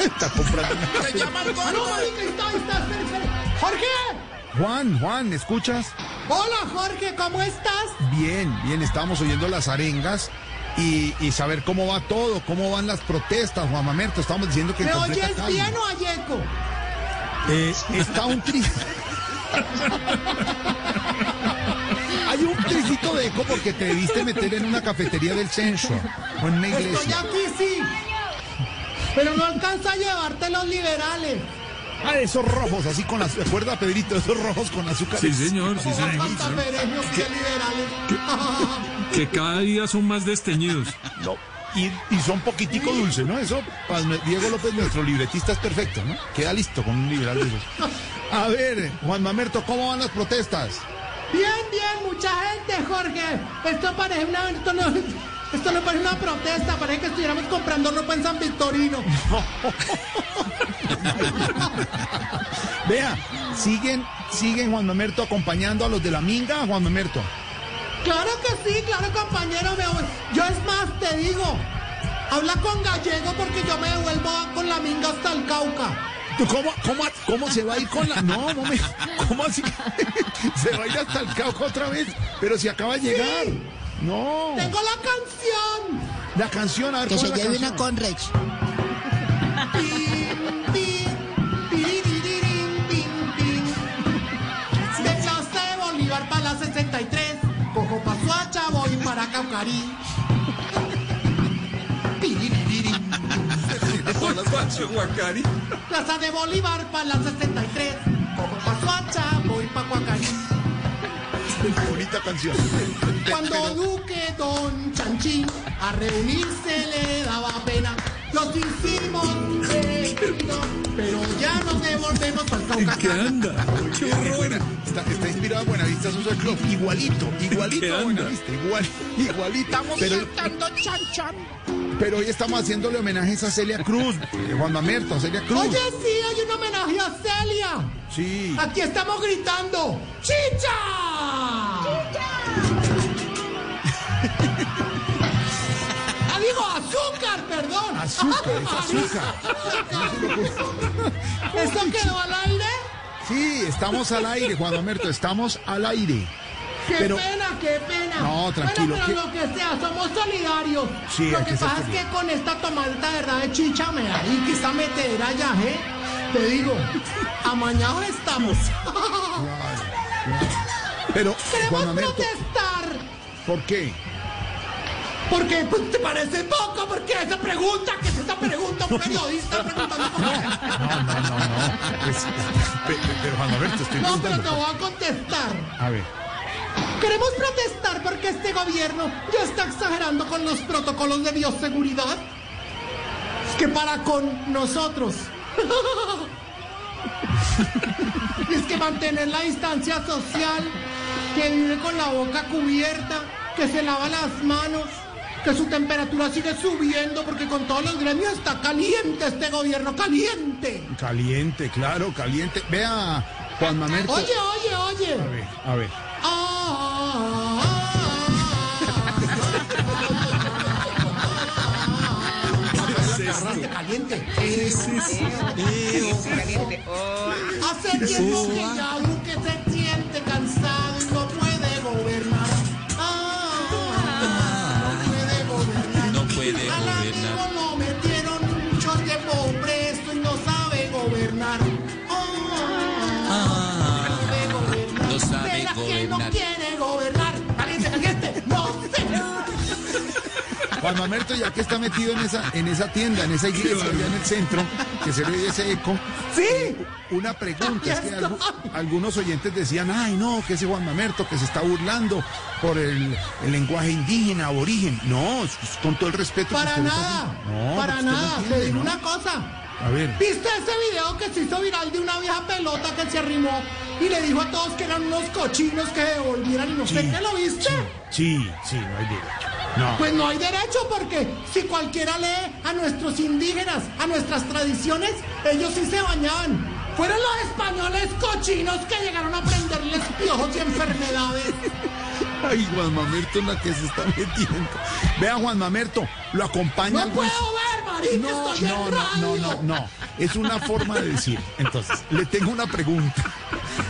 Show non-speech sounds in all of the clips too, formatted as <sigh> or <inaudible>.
está comprando. ¡Te llaman No, marica, está, está, espera, espera. ¡Jorge! Juan, Juan, ¿escuchas? Hola, Jorge, ¿cómo estás? Bien, bien, estamos oyendo las arengas y, y saber cómo va todo, cómo van las protestas, Juan Mamerto. Estamos diciendo que en ¿Me completa oyes calma. bien o ayeco? Eh, está un tri... Hay un tricito de eco porque te debiste meter en una cafetería del censo o en una Estoy iglesia. aquí, sí. Pero no alcanza a llevarte los liberales. Ah, esos rojos, así con azúcar. Recuerda, Pedrito, esos rojos con azúcar. Sí, señor, sí, señor. Falta pereños que liberales. Que cada día son más desteñidos. No, Y, y son poquitico dulce, ¿no? Eso, para nue- Diego López, nuestro libretista, es perfecto, ¿no? Queda listo con un liberal de esos. <laughs> A ver, Juan Mamerto, ¿cómo van las protestas? Bien, bien, mucha gente, Jorge. Esto parece una... Esto no, esto no parece una protesta, parece que estuviéramos comprando ropa en San Victorino. Vea, siguen, siguen Juan Mamerto acompañando a los de la minga, Juan Mamerto. Claro que sí, claro compañero, me voy. Yo es más, te digo, habla con gallego porque yo me devuelvo a- con la minga hasta el Cauca. ¿Tú ¿Cómo, cómo, cómo se va a ir con la.? No, no me. ¿Cómo así? <laughs> que- se va a ir hasta el Cauca otra vez, pero si acaba de llegar. No. Tengo la canción. La canción, a ver, ¿cuál es la canción? Conrex. De Plaza de Bolívar para la 63, cojo pa' Suacha, voy para Caucarí. Piriririm. Plaza de Bolívar para la 63, cojo pa' Suacha, voy pa' Cuacarí. Bonita canción. Cuando Duque Don Chanchín a reunirse le daba pena, los hicimos seguido, pero ya nos devolvemos al ¿En qué Cauca. anda? ¡Qué horror! Está, está inspirado en Buenavista Social Club. Igualito, ¿Qué igualito a anda? Buenavista. Igual, igualito. pero, pero hoy estamos haciéndole homenajes a Celia Cruz, eh, Juan Mamerto, a Celia Cruz. Oye, sí, hay un homenaje a Celia. Sí. Aquí estamos gritando, ¡Chicha! ¡Ah, digo, azúcar, perdón! Azúcar, es <laughs> azúcar. ¿Esto quedó al aire? Sí, estamos al aire, Juan Mamerto, estamos al aire. ¡Qué Pero- pena, qué pena! No, tranquilo, Bueno, pero lo que sea, somos solidarios. Sí, lo hay que, que ser pasa es que con esta tomata, verdad, de chicha me da y quizá me te dirá ya, ¿eh? Te <laughs> digo, amañados estamos. <laughs> Pero, Queremos Juan Mamerto, protestar. ¿por qué? Porque pues, te parece poco, porque esa pregunta, que es esa pregunta, un periodista preguntando por qué. No, no, no, no. Es- pe- pe- pero Juan Mamerto, estoy No, pero te preguntando. voy a contestar. A ver. Queremos protestar porque este gobierno ya está exagerando con los protocolos de bioseguridad que para con nosotros. <laughs> es que mantener la distancia social, que vive con la boca cubierta, que se lava las manos, que su temperatura sigue subiendo porque con todos los gremios está caliente este gobierno, caliente. Caliente, claro, caliente. Vea, Juan Mamerto. Oye, oye, oye. A ver, a ver. Caliente. Hace tiempo que ya uno que se siente cansado y no puede gobernar. Ah, no puede gobernar. No puede Al gobernar. amigo lo metieron mucho tiempo preso y no sabe gobernar. Ah, no puede gobernar. No sabe ¿Será que no gobernar. quiere gobernar? Caliente, caliente. No sé. Juan Mamerto, ya que está metido en esa, en esa tienda, en esa iglesia allá en el centro, que se le dio ese eco, eh, ¡Sí! una pregunta. Es que Ya algu- estoy. algunos oyentes decían, ay no, que ese Juan Mamerto que se está burlando por el, el lenguaje indígena, aborigen. No, es- es con todo el respeto. que Para usted le está nada, haciendo. No, para usted no nada. entiende, Te digo ¿no? una cosa. A ver. ¿Viste ese video que se hizo viral de una vieja pelota que se arrimó y le dijo a todos que eran unos cochinos que devolvieran y no sé qué? ¿Lo viste? Sí, sí, no hay derecho. No. Pues no hay derecho porque si cualquiera lee a nuestros indígenas, a nuestras tradiciones, ellos sí se bañaban. Fueron los españoles cochinos que llegaron a prenderles piojos y enfermedades. Ay, Juan Mamerto es la que se está metiendo. Vea, Juan Mamerto, lo acompaña. No el puedo juez. ver, marica, No, estoy no, en no, radio. no, no, no. Es una forma de decir. Entonces, le tengo una pregunta.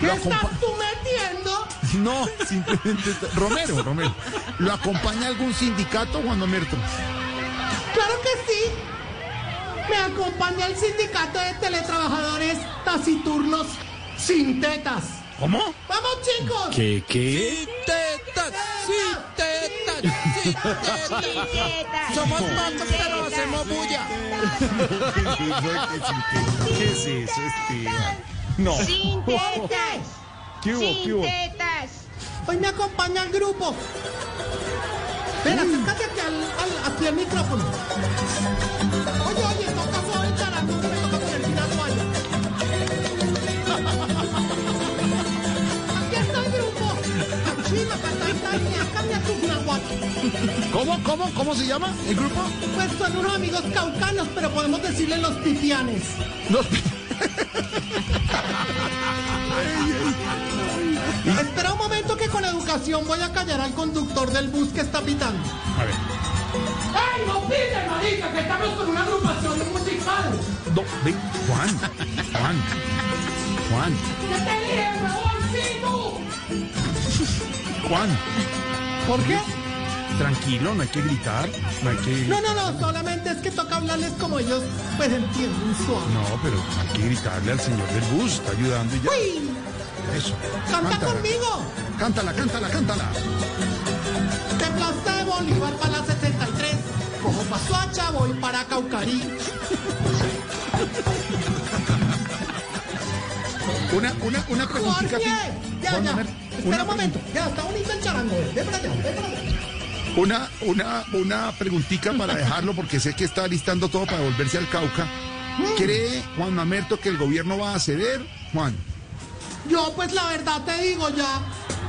¿Qué Lo estás acompa- tú metiendo? No, simplemente. está- Romero, Romero. ¿Lo acompaña algún sindicato, Juan Mamerto? Claro que sí. Me acompaña el sindicato de teletrabajadores taciturnos sin tetas. ¿Cómo? ¡Vamos, chicos! ¿Qué, qué? Tetas, sí, tetas, sí, tetas. Somos matos, pero hacemos bulla. ¿Qué es eso, Esteban? No. Sin tetas. ¿Qué hubo, qué Sin hubo? tetas. Hoy me acompaña el grupo. Ven, acércate aquí al, al- aquí al micrófono. Oye, oye, toca sobre el tarango, que me toca poner una toalla. Aquí está el grupo. Chima, Cataitania, cambia tu nahuatl. ¿Cómo, cómo, cómo se llama el grupo? Pues son unos amigos caucanos, pero podemos decirle los pipianes. Espera un momento que con educación voy a callar al conductor del bus que está pitando. A ver. ¡Ay, no pite, marica! Que estamos con una agrupación musical. No, ven, Juan. Juan. Juan. ¡Que te dije, huevoncito! Juan. ¿Por qué? Tranquilo, no hay que gritar. No hay que. No, no, no, solamente es que toca hablarles como ellos, pues entienden suave. No, pero hay que gritarle al señor del bus, está ayudando y ya. ¡Uy! Eso. ¡Canta Cántala. conmigo! Cántala, cántala, cántala. De Plaza de Bolívar para la 73, cojo pa' Soacha, voy para Caucarí. Una, una, una preguntita. ¡Jorge! que- Ya, Juan ya. Manuel, Espera una un momento. Ya, está bonito el charango. eh. Ven para allá, ven para allá. pregun- Una, una, una preguntita para dejarlo, porque sé que está listando todo para volverse al Cauca. ¿Cree Juan Mamerto que el gobierno va a ceder? Juan. Yo, pues la verdad te digo ya,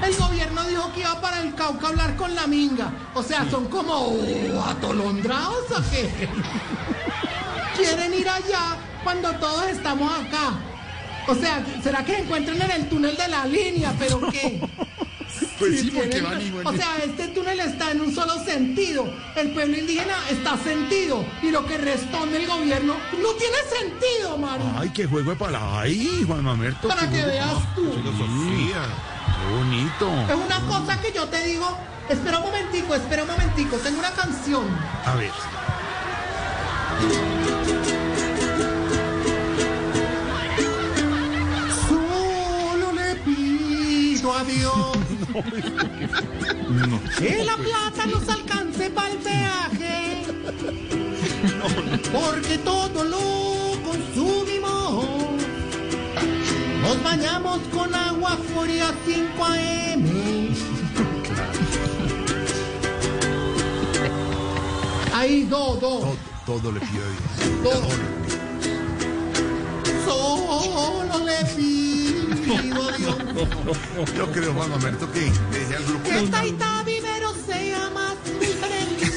el gobierno dijo que iba para el Cauca a hablar con la minga. O sea, son como oh, atolondrados o qué. Quieren ir allá cuando todos estamos acá. O sea, ¿será que se encuentran en el túnel de la línea? ¿Pero qué? <laughs> Pues sí, Tienen- porque van y O vuelven. sea, este túnel está en un solo sentido. El pueblo indígena está sentido. Y lo que responde el gobierno no tiene sentido, Mari. Ay, qué juego de palabras. Ay, Juan Mamerto. Para qué que juego- veas tú. Filosofía. Qué Es bonito. una cosa que yo te digo. Espera un momentico, espera un momentico. Tengo una canción. A ver. Solo le pido a Dios que la plata nos alcance para el peaje. Porque todo lo consumimos. Nos bañamos con agua fría 5 AM. Ahí, do, do. Todo, todo le pido a Dios. Todo. Solo le pido a Dios. Yo creo, Juan Mamerto, que desde el grupo. Que Taita Vivero sea más diferente.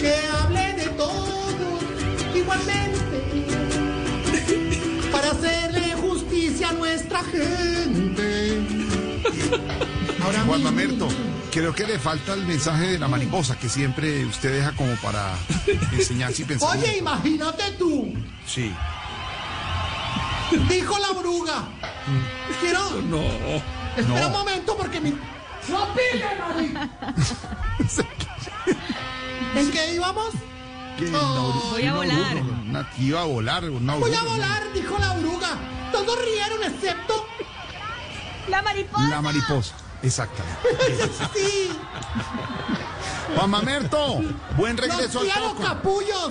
que hable de todo igualmente. Para hacerle justicia a nuestra gente. Ahora Juan mismo. Mamerto, creo que le falta el mensaje de la mariposa que siempre usted deja como para enseñarse y pensar. Oye, imagínate tú. Sí. Dijo la bruja. Quiero. No. Espera No. un momento porque mi. ¡No pide, <laughs> Mari! ¿En qué íbamos? Que Nauru- Voy a Nauru- volar. Una que iba a volar. una Voy oruga, a ¿no? volar, dijo la oruga. Todos rieron excepto <laughs> La mariposa. La mariposa. Exactamente. Sí. Juan Mamerto, buen Los regreso al quiero, Cauca. capullos.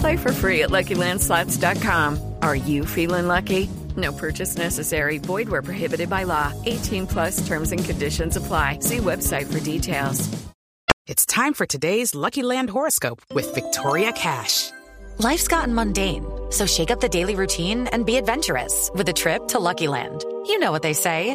Play for free at LuckyLandSlots.com. Are you feeling lucky? No purchase necessary. Void where prohibited by law. 18 plus terms and conditions apply. See website for details. It's time for today's Lucky Land horoscope with Victoria Cash. Life's gotten mundane, so shake up the daily routine and be adventurous with a trip to Lucky Land. You know what they say